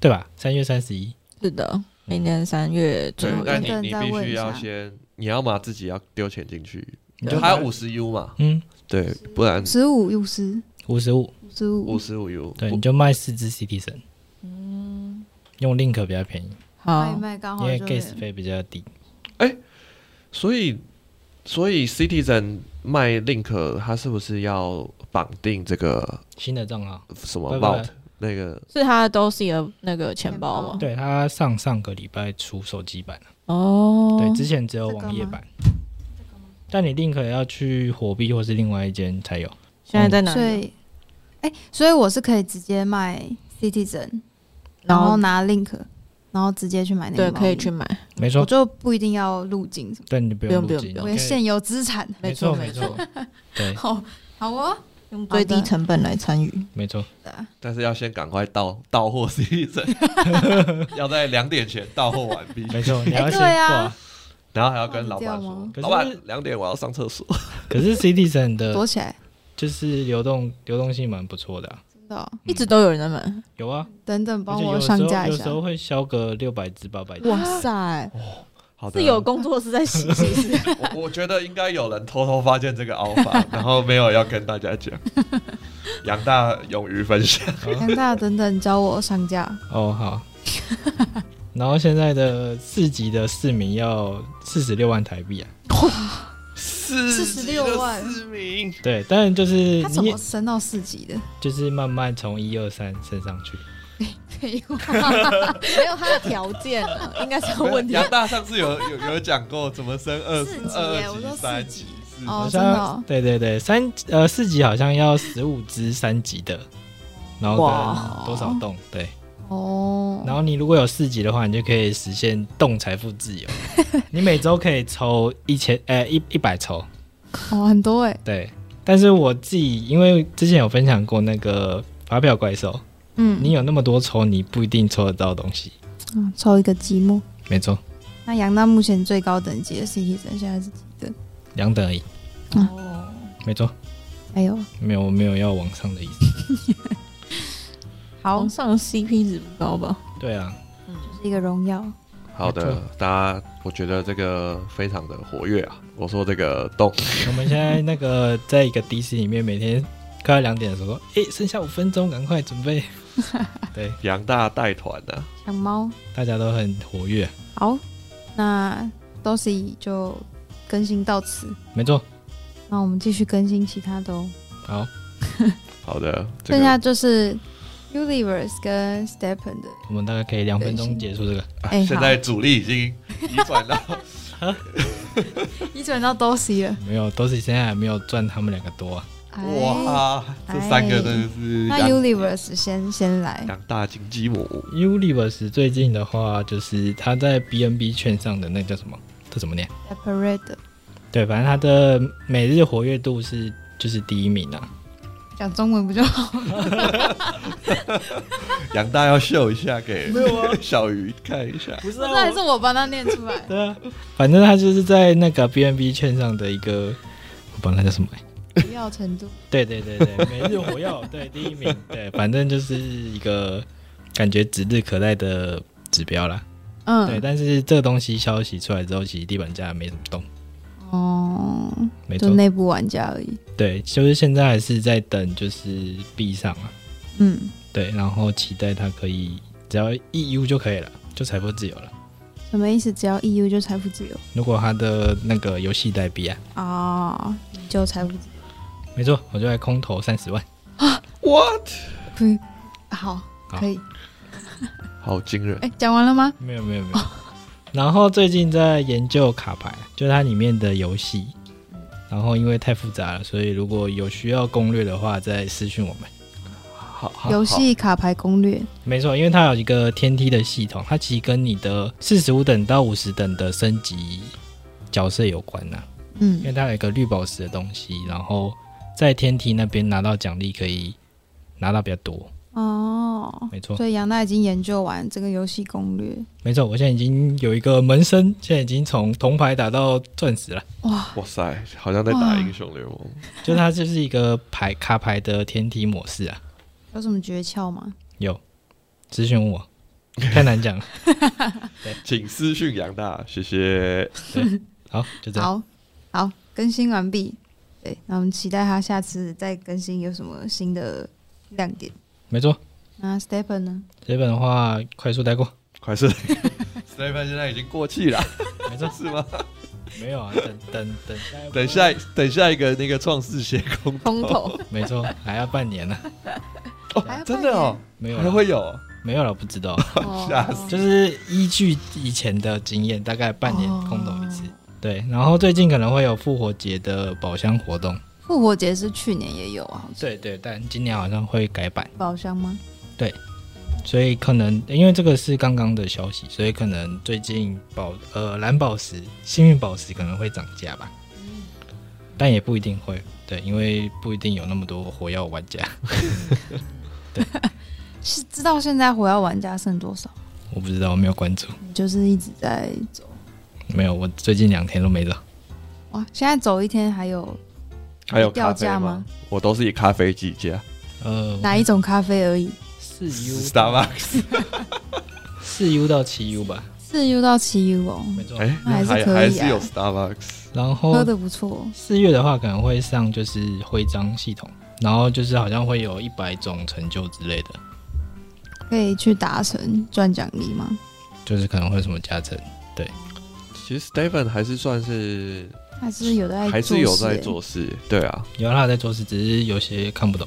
D: 对吧？三月三十一，
A: 是的，明年三月最后，
C: 对
A: 一
B: 我
C: 但
A: 天
B: 觉
C: 你
B: 得
C: 你
B: 再
C: 必
B: 问
C: 须
B: 一
C: 要
B: 下
C: 先，你要嘛自己要丢钱进去，
D: 你
C: 就
D: 就
C: 还有
D: 把
C: 五十 U 嘛，
D: 嗯
C: 对，不然
B: 十五 U 十
D: 五十五，
B: 五十
C: 五
B: 五，
C: 十五 U，
D: 对，你就卖四只 CT 神，
A: 嗯，哦
D: 用 link 比较便宜，
B: 卖一
A: 好，
B: 卖刚
D: 因
B: 好
D: 为
B: 就会
D: gas 费比较低。
C: 所以所以 Citizen 卖 Link，它是不是要绑定这个
D: 新的账号，
C: 什么
D: 拜拜
C: Mount 那个？
A: 是它的 Dosi 的那个钱包
B: 哦
A: 吗？
D: 对，它上上个礼拜出手机版了，
A: 哦，
D: 对，之前只有
B: 这个
D: 网页
B: 吗
D: 版。但你 link 要去火币或是另外一间才有，
A: 现在在哪
B: 所
A: 里？
B: 以，哎、所以我是可以直接卖 Citizen，然后拿 link，然后直接去买那个
A: 对，
B: 猫咪。
A: 可以去买，
D: 没
B: 我
D: 错，
B: 就不一定要入境什么，
D: 但你不
A: 不用
D: 用
A: 不
D: 入
A: 用
D: 境
A: 不
B: 我
A: 用
D: 你
B: 的
D: 可以
B: 现有资产。
A: 没
D: 错
A: 错
D: 没
A: 没
D: 错，对，
B: 好，好哦。
A: 用最低
B: 好的
A: 成本来参与。
D: 没错，
A: 呃
C: 但是要先赶快到到货 Citizen，要在两点前到货完 毕，
D: 没 错，你要先
B: 对啊
D: 挂。
C: 然后还要跟老板说
B: 忘记，
D: 掉
C: 老
D: 吗
C: 板两点我要上厕所。
D: 可是 Citizen 的
B: 躲起来，
D: 就是流动流动性蛮不错的啊、
B: 真的哦、
A: 一直都有人在买，
D: 有啊，
B: 等等，
D: 而
B: 帮
D: 且
B: 我
D: 有时候
B: 上架一
D: 有
B: 下
D: 时。候会销个六百只 八百只，
A: 哇塞，
C: 好的，
A: 是有工作室在洗，是不是？
C: 我我觉得应该有人偷偷发现这个 alpha，然后没有要跟大家讲。杨大勇于分享，
B: 杨大，等等，教我上架。
D: 哦好。然后现在的四级的市民要四十六万台币啊，
C: 四
B: 46万
C: 市民，
D: 对，当然就是
B: 他怎
D: 你也
B: 么升到四级的？
D: 就是慢慢从一二三升上去，
B: 废话，
A: 没有他的条件啊，应该是有问题。
C: 杨大上次有有有讲过怎么升二
B: 四级耶
C: 二
B: 我
C: 级
B: 说
C: 三
B: 四级
C: 四级
B: 哦
D: 好
B: 真的哦
D: 像对对对，三呃四级好像要十五只三级的，然后
A: 哇
D: 跟多少栋对，
B: 哦，
D: 然后你如果有四级的话，你就可以实现动财富自由。 你每周可以抽一千，呃，一一百抽，
B: 哦，很多哎，
D: 对。但是我自己因为之前有分享过那个发票怪兽，
B: 嗯，
D: 你有那么多抽，你不一定抽得到东西。
B: 嗯抽一个积木。
D: 没错，
B: 那杨大目前最高等级的 CT 值现在是几等？
D: 两等而已。
B: 嗯
A: 哦，
D: 没错，
B: 还有，
D: 没有我没有要往上的意思。
B: 好
A: 皇，上 CP 值不高吧？
D: 对啊，
B: 哦是一个荣耀。
C: 好
D: 没
C: 的
D: 错，
C: 大家，我觉得这个非常的活跃啊。我说这个动，
D: 我们现在那个在一个 DC 里面，每天快要两点的时候说，诶，剩下五分钟，赶快准备。 对，
C: 杨大带团啊，
B: 小猫。
D: 大家都很活跃。
B: 好，那 Dosy 就更新到此，
D: 没错，
B: 那我们继续更新其他的哦。
D: 好，
C: 好的，这
B: 剩
C: 个啊
B: 下就是 Universe 跟 Stepen 的，
D: 我们大概可以两分
B: 更
D: 钟
B: 新
D: 结束这个。
C: 啊
B: 哎
C: 现在主力已经移转到
B: 你转到 Dosy 了。
D: 没有，都是现在还没有赚他们两个多、啊。
B: 哎！
C: 哇，这三个真的是
B: 那
C: 杨
B: Universe 先先来，
C: 杨大金鸡母
D: Universe 最近的话，就是他在 BNB 券上的那叫什么？这怎么念？
B: separate
D: 对，反正他的每日活跃度是就是第一名啊。
B: 讲中文不就好？
C: 杨大要秀一下给
B: 啊
C: 小鱼看一下，
D: 不是
B: 那还是我帮他念出来。
D: 对啊，反正他就是在那个 BNB 券上的一个，我不知道那叫什么欸、
B: 不要程度，
D: 对对对对，每日火药，对第一名，对，反正就是一个感觉指日可待的指标啦。对，
B: 嗯，
D: 但是这个东西消息出来之后，其实地板价没怎么动，
B: 哦，
D: 没
B: 就
D: 错，
B: 内部玩家而已。
D: 对，就是现在还是在等就是币上啊，
B: 嗯，
D: 对，然后期待它可以只要 EU 就可以了，就财富自由了。
B: 什么意思？只要 EU 就财富自由
D: 如果它的那个游戏代币啊，
B: 啊，就财富自由。
D: 没错，我就来空投三十万，
C: ，what？
B: 嗯，好，
D: 好
B: 可以。
C: 好惊人，
B: 哎，讲完了吗？
D: 没有没有没有。然后最近在研究卡牌，就是它里面的游戏，然后因为太复杂了，所以如果有需要攻略的话，再私讯我们。
C: 好好
B: 游戏卡牌攻略。
D: 没错，因为它有一个天梯的系统，它其实跟你的四十五等到五十等的升级角色有关呐、因为
B: 嗯，
D: 它有一个绿宝石的东西，然后在天梯那边拿到奖励可以拿到比较多。
B: 哦，
D: 没错，
B: 所以杨大已经研究完这个游戏攻略。
D: 没错，我现在已经有一个门生，现在已经从铜牌打到钻石了。
B: 哇，
C: 哇塞，好像在打
B: 哇
C: 英雄联盟。
D: 就它就是一个牌卡牌的天梯模式啊，
B: 有什么诀窍吗？
D: 有咨询我，太难讲了。
C: 请私讯杨大，谢谢。
D: 好，就这样。
B: 好，好，更新完毕。对，那我们期待他下次再更新有什么新的亮点。
D: 没错，
B: 那 Stepen 呢？
D: 这本的话快速带过。
C: 快是 ，Stephen 现在已经过气 了，
D: 没错，
C: 是吗？
D: 没有啊，等等等下一波
C: 等下等下一个那个创世邪空，
A: 空投，
D: 没错，还要半年呢、
B: 还 有
C: 哦，真的哦，
D: 没有
C: 还
D: 了，
C: 会有哦
D: 没有了，不知道，
C: 吓
B: 哦，
D: 就是依据以前的经验，大概半年
B: 哦
D: 空投一次。对，然后最近可能会有复活节的宝箱活动，
B: 复活节是去年也有啊，好像
D: 对对，但今年好像会改版，
B: 宝箱吗？
D: 所以可能因为这个是刚刚的消息，所以可能最近宝呃蓝宝石、幸运宝石可能会涨价吧，但也不一定会，对，因为不一定有那么多火药玩家，
B: 是知道现在火药玩家剩多少？
D: 我不知道，我没有关注，
B: 你就是一直在走
D: 没有，我最近两天都没找，
B: 哇，现在走一天还有
C: 还有
B: 掉
C: 咖啡
B: 价
C: 吗？？我都是以咖啡计价
D: 呃，
B: 哪一种咖啡而已？
D: 四 U 到
C: ，Starbucks。
D: 四 U 到七 U 吧，
B: 四 U 到七 U 哦，
D: 没错，
C: 哎，
B: 那还
C: 还
B: 是可以啊
C: 还是有 Starbucks。
D: 然
B: 喝
D: 后
B: 的不错。哦
D: 四月的话可能会上就是徽章系统，然后就是好像会有一百种成就之类的，
B: 可以去达成赚奖励吗？
D: 就是可能会有什么加成。
C: 其实 Stephen 还是算是
B: 还是有在、欸
C: 还是有在。做事，对啊，
D: 有啦，他在做事，只是有些看不懂。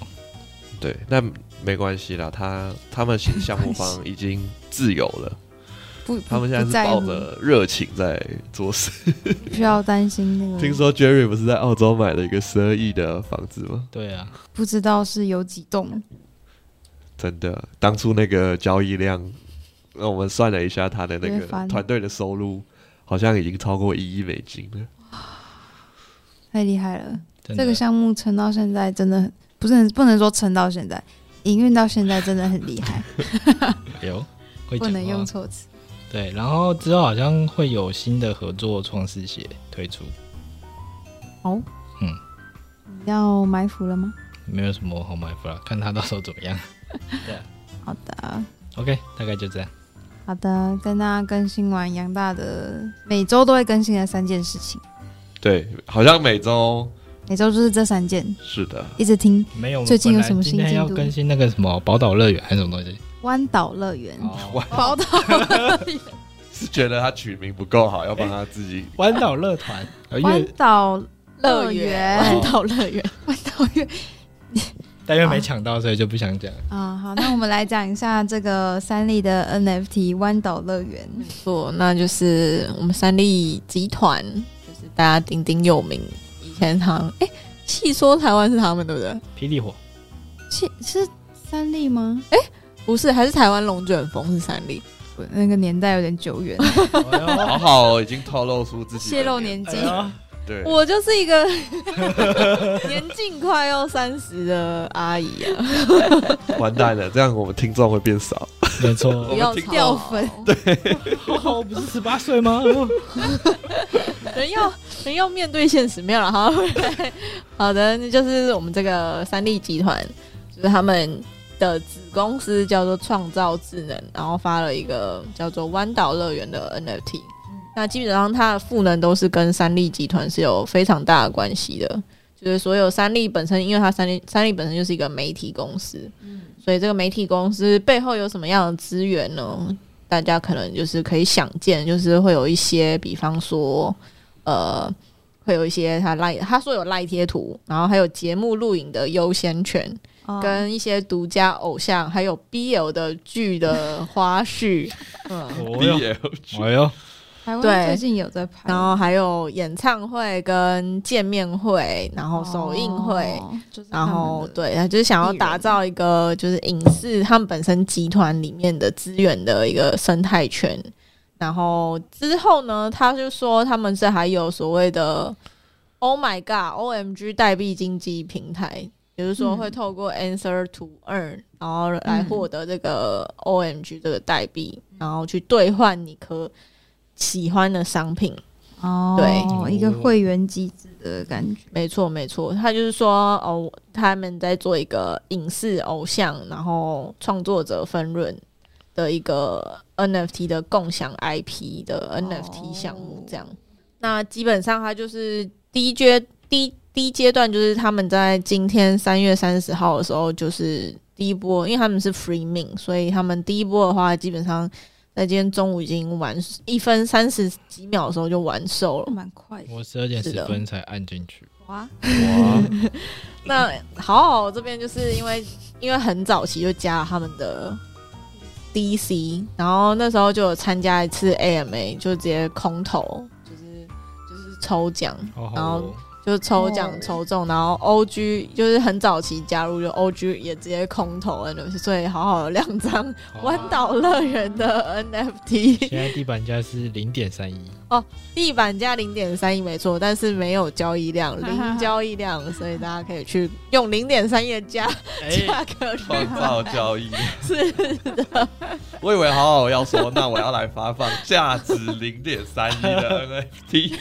C: 对，那没关系啦，他他们新项目方已经自由 了，
B: 不，
C: 他们现在
B: 不
C: 是
B: 在
C: 抱
B: 乎，
C: 着热情在做事。
B: 不需要担心那个。
C: 听说 Jerry 不是在澳洲买了一个十二亿的房子吗？
D: 对啊，
B: 不知道是有几栋，
C: 真的，当初那个交易量，那我们算了一下，他的那
B: 约
C: 个
B: 翻
C: 团队的收入好像已经超过一亿美金了。
B: 太厉害了！
D: 真的
B: 这个项目撑到现在真的很不是很不能说撑到现在，营运到现在真的很厉害，
D: 有会
B: 不
D: 讲
B: 能用
D: 话。
B: 错词。
D: 对，然后之后好像会有新的合作创世鞋推出，
B: 你要埋伏了吗？
D: 没有什么好埋伏了，看他到时候怎么样。
B: 好的，
D: OK，大概就这样。
B: 好的，跟大家更新完杨大的每周都会更新的三件事情，
C: 对，好像每周
B: 每周就是这三件，
C: 是的，
B: 一直听
D: 没有，
B: 最近有
D: 本来
B: 什么新
D: 今天
B: 进
D: 要
B: 度
D: 更新那个什么宝岛乐园还是什么东西？
B: 湾岛乐园。
D: 哦，
B: 宝岛
C: 是觉得他取名不够好，要帮他自 己。
D: 湾岛乐团，呃
B: 湾
D: 乐
B: 岛
A: 乐
B: 乐
A: 园
B: 园
A: 湾岛乐园，
B: 湾岛乐
D: 但因为没抢到，所以就不想讲。
B: 啊，好，那我们来讲一下这个三立的 NFT 湾岛乐园。
A: 错，那就是我们三立集团，就是大家鼎鼎有名，以前他们哎，戏说台湾是他们对不对？
D: 霹雳火，
B: 是是三立吗？
A: 不是，还是台湾龙卷风是三立。
B: 我哎那个年代有点久远，
C: 好好哦、已经透露出自己的
B: 泄露年
D: 哎
B: 纪。
C: 对，
A: 我就是一个 年近快要三十的阿姨啊，
C: 完蛋了，这样我们听众会变少。
D: 没错
A: 不
C: 我。
A: 要
C: 们听
A: 掉
B: 掉
A: 粉
B: 粉，
D: 哦，不是十八岁 吗？哦
A: 人要 人要面对现实，没有了哈。 好的，那就是我们这个三立集团，就是他们的子公司叫做创造智能，然后发了一个叫做湾岛乐园的 NFT。那基本上它的赋能都是跟三立集团是有非常大的关系的，就是所有三立本身，因为它三立三立本身就是一个媒体公司，所以这个媒体公司背后有什么样的资源呢？大家可能就是可以想见，就是会有一些，比方说，呃，会有一些他赖他说有赖贴图，然后还有节目录影的优先权，
B: 哦
A: 跟一些独家偶像，还有 BL 的剧的花絮，嗯，
D: 我哟，
C: DL
D: 我哟，
B: 台
A: 对
B: 湾最近有在拍，
A: 然后还有演唱会跟见面会，然后首映会，
B: 哦，就是他
A: 然
B: 们的
A: 后，对，他就是想要打造一个就是影视他们本身集团里面的资源的一个生态圈。然后之后呢，他就说他们是还有所谓的 “Oh my God”、“OMG” 代币经济平台，比如说
B: 嗯
A: 会透过 Answer to Earn，然后来获得这个 OMG 这个代币，然后去兑换你可喜欢的商品。
B: 哦，
D: 对
B: 一个会员机制的感觉，
A: 没错，没错，他就是说哦，他们在做一个影视偶像，然后创作者分润的一个 NFT 的共享 IP 的 NFT 项目，这样。那基本上它就是第一阶第一第一阶段，就是他们在今天三月三十号的时候，就是第一波，因为他们是 free mint，所以他们第一波的话，基本上在今天中午已经完一分三十几秒的时候就完售了。
B: 蛮快的
D: 我十二点
A: 是
D: 十
A: 的
D: 分才按进去。
B: 哇，
C: 哇，
A: 那好好这边就是因为因为很早期就加了他们的 DC，然后那时候就有参加一次 AMA，就直接空投，就是就是抽奖，
D: 好好
A: 然
D: 哦
A: 后，就是抽奖
B: 哦
A: 抽中，然后 OG 就是很早期加入，就 OG 也直接空投 NFT，所以好好有两张
D: 好
A: 湾岛乐园的 NFT，
D: 现在地板价是零点三一，
A: 地板价零点三亿没错，但是没有交易量，零交易量，所以大家可以去用零点三亿的价
D: 哎
A: 价格去
C: 创造交 易。
A: 是
C: 我以为好好要说，那我要来发放价值零点三一的 NFT，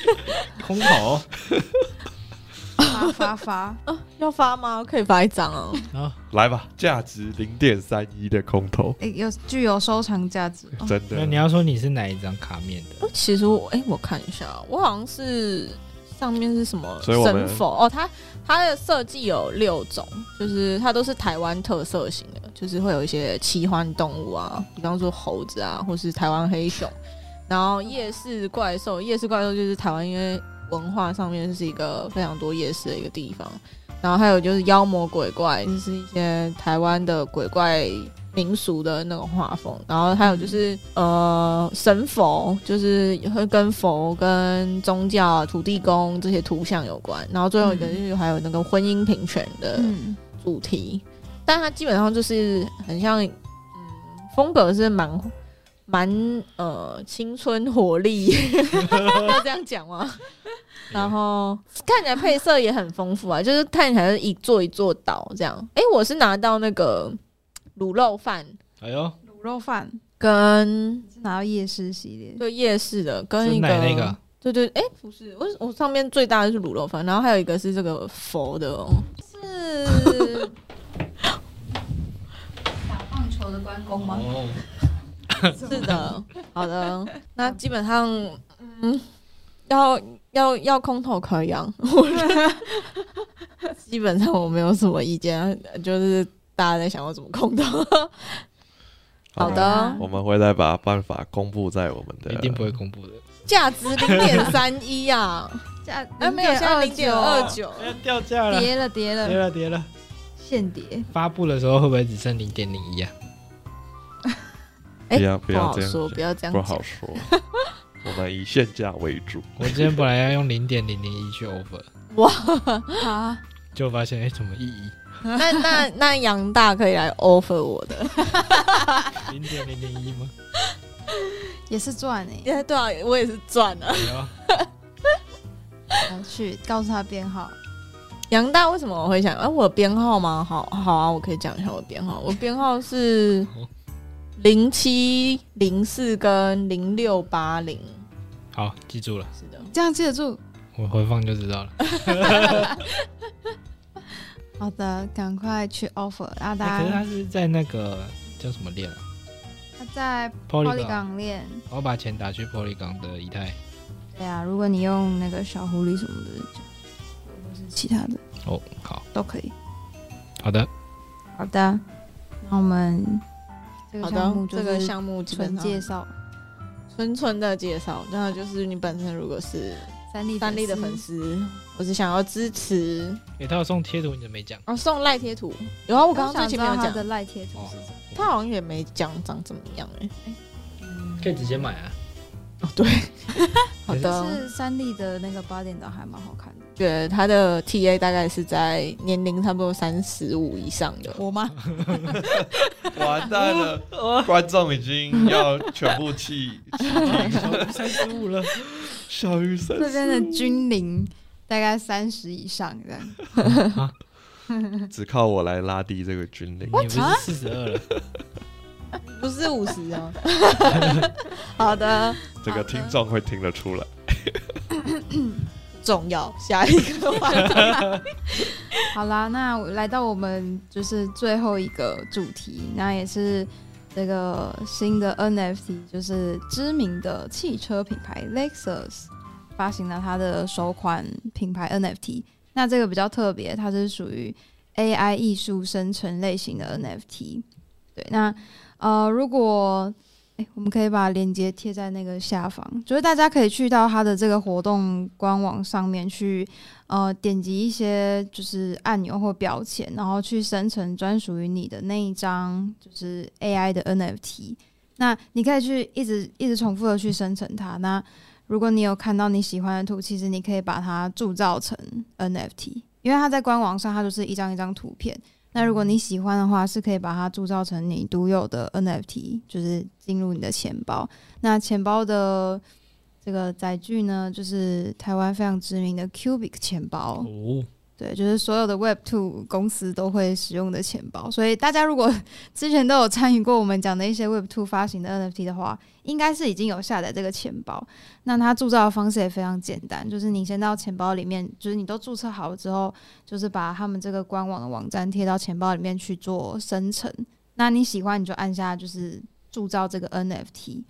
D: 空投
B: 发发发，
A: 要发吗？可以发一张 哦。
D: 啊，
C: 来吧，价值零点三一的空投，
B: 诶有具有收藏价值哦，
C: 真
D: 那
C: 的。
D: 你要说你是哪一张卡面的？
A: 其实我哎、我看一下，我好像是上面是什么
C: 所以我们
A: 神否哦，它它的设计有六种，就是它都是台湾特色型的，就是会有一些奇幻动物啊，比方说猴子啊，或是台湾黑熊，然后夜市怪兽，夜市怪兽就是台湾因为文化上面是一个非常多夜市的一个地方，然后还有就是妖魔鬼怪，就是一些台湾的鬼怪民俗的那种画风，然后还有就是呃神佛，就是会跟佛、跟宗教、土地公这些图像有关，然后最后一个就是还有那个婚姻平权的
B: 嗯，
A: 主题。但它基本上就是很像，嗯，风格是蛮蛮呃青春活力， 要这样讲 吗？然后看起来配色也很丰富啊，就是看起来是一座一座岛这样。诶，我是拿到那个卤肉饭
D: 哎呦，
B: 卤肉饭
A: 跟
B: 是拿到夜市系列，
A: 就夜市的，跟
D: 真
A: 一个
D: 嗯奶那个，
A: 对对，哎、不是，我我上面最大的是卤肉饭，然后还有一个是这个佛的哦，是
B: 打棒球的关公吗？
D: 哦，
A: 是 的，好的，那基本上，嗯，要要要空投可 以啊，我觉得基本上我没有什么意见，啊就是大家在想我怎么空投， 好的，
C: 我们会再把办法公布在我们的
D: 一定不会公布的，
A: 价值零点三一 啊，
B: 价
A: 哎，没有，现在零点二
B: 0.29，
A: 九，
D: 要哎掉价了，
B: 跌了跌
D: 跌
B: 了，
D: 了跌了，
B: 现跌。
D: 发布的时候会不会只剩零点零一啊？
A: 哎
C: 不要不
A: 不
C: 要
A: 好
C: 这样
A: 说，
C: 讲
A: 不要这样
C: 不
A: 讲，
C: 好说，我们以现价为主。
D: 我今天本来要用零点零零一去 over，
B: 好，
D: 就发现哎、怎么一一
A: 那那那杨大可以来 offer 我的。
D: 零点零零一吗？
B: 也是赚哎、
A: 对啊，我也是赚了。
D: 哎呦，
B: 好去告诉他编号，
A: 杨大为什么我会想？哎、我的编号吗？好好啊，我可以讲一下我的编号。我编号是
D: 好
A: 零七零四跟零六八零，
D: 好，记住了，
A: 是的。
B: 这样记得住。
D: 我回放就知道了。
B: 好的，赶快去 offer 阿
D: 哎
B: 达
D: 可是，他是在那个叫什么链啊
B: 他在
D: Polygon，
B: Polygon 练。
D: 我把钱打去 Polygon 的以太。
B: 对啊，如果你用那个小狐狸什么的，就或是其他的
D: 哦，好
B: 都可以。
D: 好的，
B: 好的，那我们这个
A: 好
B: 项
A: 的
B: 目，就
A: 这个
B: 是
A: 项目基本
B: 纯
A: 上
B: 介绍
A: 纯纯的介绍。那就是你本身如果是
B: 三立
A: 三立的粉，丝，我是想要支持，
D: 给他有送贴图，你怎么没讲？
A: 哦，送赖贴图。有啊，我
B: 我
A: 刚刚
B: 想
A: 最
B: 知
A: 前面
B: 道
A: 有
B: 他
A: 讲，
B: 的赖贴图
D: 哦
B: 是什么。，
A: 他好像也没讲长怎么样哎、
D: 可以直接买啊。
A: 哦，对，好的。
B: 是三立的那个八点档还蛮好看的，
A: 觉得他的 TA 大概是在年龄差不多三十五以上的。
B: 我吗？
C: 完 蛋了，观众已经要全部弃
D: 三十五了，
C: 小雨伞。
B: 这边的军龄大概三十以上这样。
C: 只靠我来拉低这个军令
D: 你。不是四十二了？
A: 不是五十啊。 好的，
C: 这个听众会听得出来。
A: 重要。下一个话 题，
B: 好啦，那我来到我们就是最后一个主题，那也是这个新的 NFT，就是知名的汽车品牌 Lexus 发行了它的首款品牌 NFT。那这个比较特别，它是属于 AI 艺术生成类型的 NFT。对，那呃，如果哎、我们可以把链接贴在那个下方，就是大家可以去到它的这个活动官网上面去呃点击一些就是按钮或标签，然后去生成专属于你的那一张就是 AI 的 NFT。那你可以去一直一直重复的去生成它。那如果你有看到你喜欢的图，其实你可以把它铸造成 NFT，因为它在官网上它就是一张一张图片。那如果你喜欢的话，是可以把它铸造成你独有的 NFT，就是进入你的钱包。那钱包的这个载具呢，就是台湾非常知名的 Cubic 钱包。
D: 哦，
B: 对，就是所有的 Web Two 公司都会使用的钱包，所以大家如果 之前都有参与过我们讲的一些 Web Two 发行的 NFT 的话，应该是已经有下载这个钱包。那它铸造的方式也非常简单，就是你先到钱包里面，就是你都注册好了之后，就是把他们这个官网的网站贴到钱包里面去做生成。那你喜欢你就按下就是铸造这个 NFT。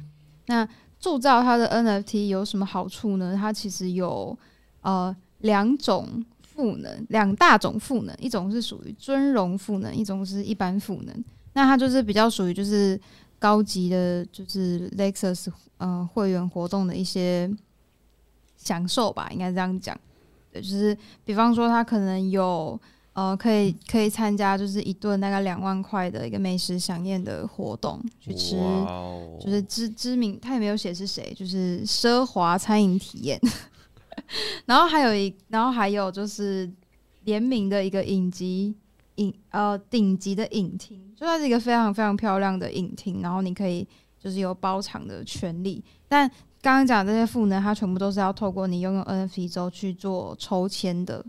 B: 那铸造它的 NFT 有什么好处呢？它其实有呃两种赋能，两大种赋能，一种是属于尊荣赋能，一种是一般赋能。那它就是比较属于就是高级的，就是 Lexus 呃会员活动的一些享受吧，应该这样讲。对，就是比方说它可能有呃可以可以参加就是一顿大概两万块的一个美食飨宴的活动，去吃
C: 哦
B: 就是知知名，他也没有写是谁，就是奢华餐饮体验。 然后还有一，然后还有就是联名的一个影集影呃顶级的影厅，就它是一个非常非常漂亮的影厅，然后你可以就是有包场的权利。但刚刚讲的这些赋能，它全部都是要透过你拥有 NFT 之后去做抽签的。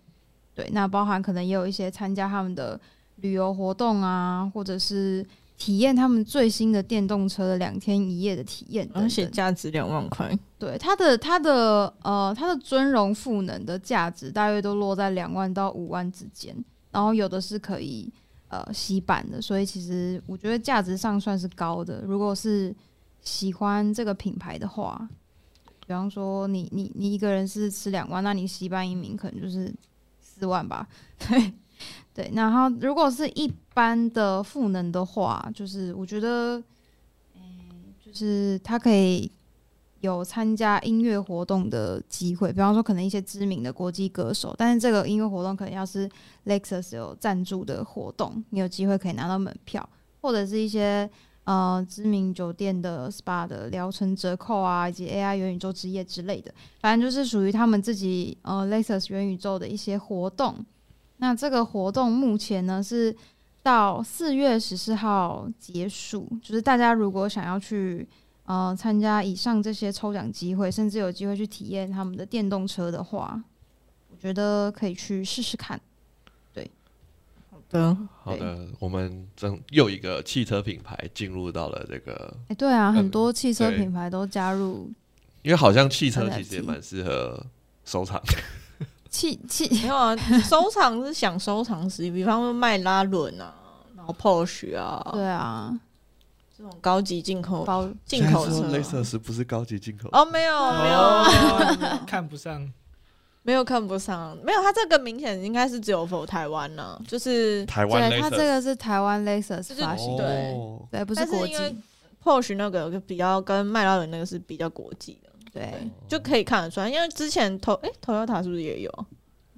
B: 对，那包含可能也有一些参加他们的旅游活动啊，或者是体验他们最新的电动车的两天一夜的体验等
A: 而且
B: 等。
A: 价值两万块，
B: 对，它的它的呃它的尊荣赋能的价值大约都落在两万到五万之间，然后有的是可以呃洗版的，所以其实我觉得价值上算是高的。如果是喜欢这个品牌的话，比方说你你你一个人是吃两万，那你洗版一名可能就是四万吧， 对。对，然后如果是一般的赋能的话，就是我觉得，嗯，就是它可以有参加音乐活动的机会，比方说可能一些知名的国际歌手，但是这个音乐活动可能要是 Lexus 有赞助的活动，你有机会可以拿到门票，或者是一些呃知名酒店的 SPA 的疗程折扣啊，以及 AI 元宇宙之夜之类的，反正就是属于他们自己呃 Lexus 元宇宙的一些活动。那这个活动目前呢是到四月十四号结束，就是大家如果想要去呃参加以上这些抽奖机会，甚至有机会去体验他们的电动车的话，我觉得可以去试试看。
A: 的
C: 好的，我们正又一个汽车品牌进入到了这个，
B: 哎、对
C: 嗯
B: 啊，很多汽车
C: 对
B: 品牌都加入
C: 因为好像汽车其实也
B: NFT
C: 蛮适合收藏，
B: 汽汽
A: 没有啊，收藏是想收藏时，比方说卖拉伦啊，然后 Porsche 啊，
B: 对啊，
A: 这种高级进口
B: 包
A: 进口车
C: 雷
A: 啊。
C: s 不是高级进口
A: 哦，没有没有
D: 哦，看不上，
A: 没有看不上，没有，它这个明显应该是只有否台湾呢、就是
C: 台湾
B: 对，它
C: Lexus
B: 这个是台湾
A: 就
B: Lexus
A: 是
B: 发行的，
A: 对
C: 哦
B: 对，不
A: 但是
B: 国
A: 因为
B: 际，
A: Porsche 那个比较跟迈拉伦那个是比较国际的，
B: 对，
A: 就可以看得出来，因为之前投哎、t o y o t a 是不是也有啊？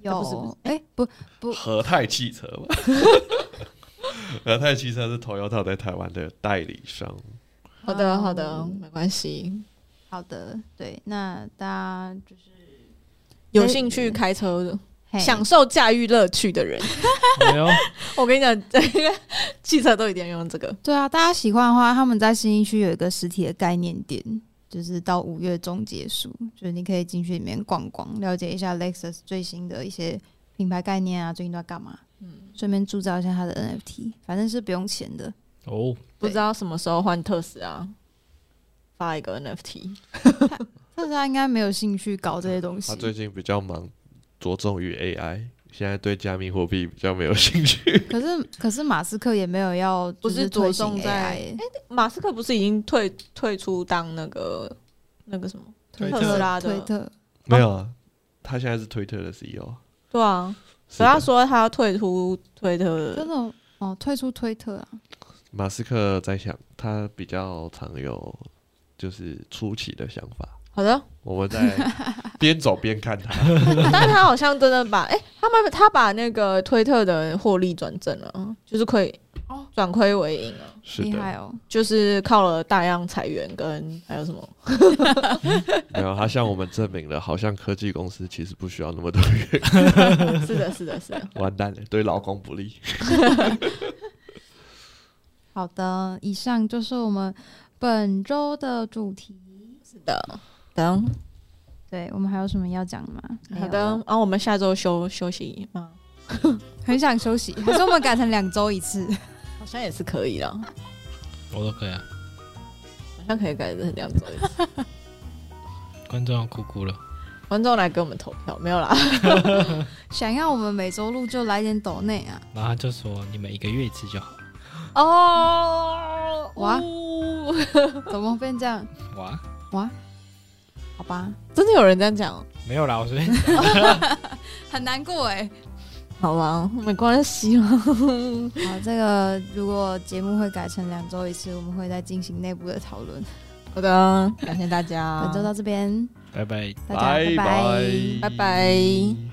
B: 有
A: 不是不是
B: 哎、不不
C: 和泰汽车吧。 和泰汽车是 Toyota 在台湾的代理商，
A: 好的好的，没关系，
B: 好的，对，那大家就是
A: 有兴趣开车的，
B: 嘿
A: 享受驾驭乐趣的人，
D: 没有，
A: 我跟你讲， 这个汽车都一定要用这个。
B: 对啊，大家喜欢的话，他们在新一区有一个实体的概念店，就是到五月中结束，就是你可以进去里面逛逛，了解一下 Lexus 最新的一些品牌概念啊，最近都在干嘛，嗯，顺便铸造一下它的 NFT，反正是不用钱的。
D: 哦，
A: 不知道什么时候换特斯拉，发一个 NFT。
B: 特斯拉应该没有兴趣搞这些东西
C: 他，最近比较忙，着重于 AI，现在对加密货币比较没有兴趣。
B: 可是可是马斯克也没有要
A: 不
B: 就是是
A: 着
B: 推行
A: 重
B: AI，
A: 在
B: 欸
A: 马斯克不是已经退退出当那个那个什么？
D: 推
A: 特斯拉的
B: 推特，
C: 没有啊，他现在是推特的 CEO。
A: 对啊，
C: 是
A: 所以他
C: 的
A: 说他要退出推
B: 真
A: 特，
B: 的哦，退出推特啊，
C: 马斯克在想，他比较常有就是出奇的想法。
A: 好的，
C: 我们 在边走边看他，
A: 但他好像真的把哎、他们他把那个推特的获利转正了啊，就是亏
B: 哦
A: 转亏为盈啊，
C: 是
B: 厉害
C: 的，
B: 哦，
A: 就是靠了大量裁员跟还有什么
C: 没有他向我们证明了，好像科技公司其实不需要那么多 员工，
A: 是的，是的，是 的。
C: 完蛋了，对劳工不利。
B: 好的，以上就是我们本周的主题。
A: 是的，等
B: 对我们还有什么要讲吗？没
A: 好
B: 有
A: 的，然
B: 了，
A: 后、我们下周休休息吗？
B: 很想休息， 还是我们改成两周一次？
A: 好像也是可以的，好
D: 我都可以啊，
A: 像可以改成两周一次。
D: 观众要哭哭了，
A: 观众来给我们投票，没有啦，
B: 想要我们每周录就来点抖内 啊！
D: 然后他就说你们一个月一次就好，
A: 哦，
B: 哇
A: 哇，
B: 怎么变这样？
D: 哇，
B: 好吧，
A: 真的有人这样讲哦？
D: 没有啦，我随便
B: 很难过哎、
A: 好吧，没关系啦。
B: 好，这个如果节目会改成两周一次，我们会再进行内部的讨论。
A: 好的，感谢大家，
B: 本周到这边，
D: 拜拜。
B: 大家拜
C: 拜
A: 拜拜。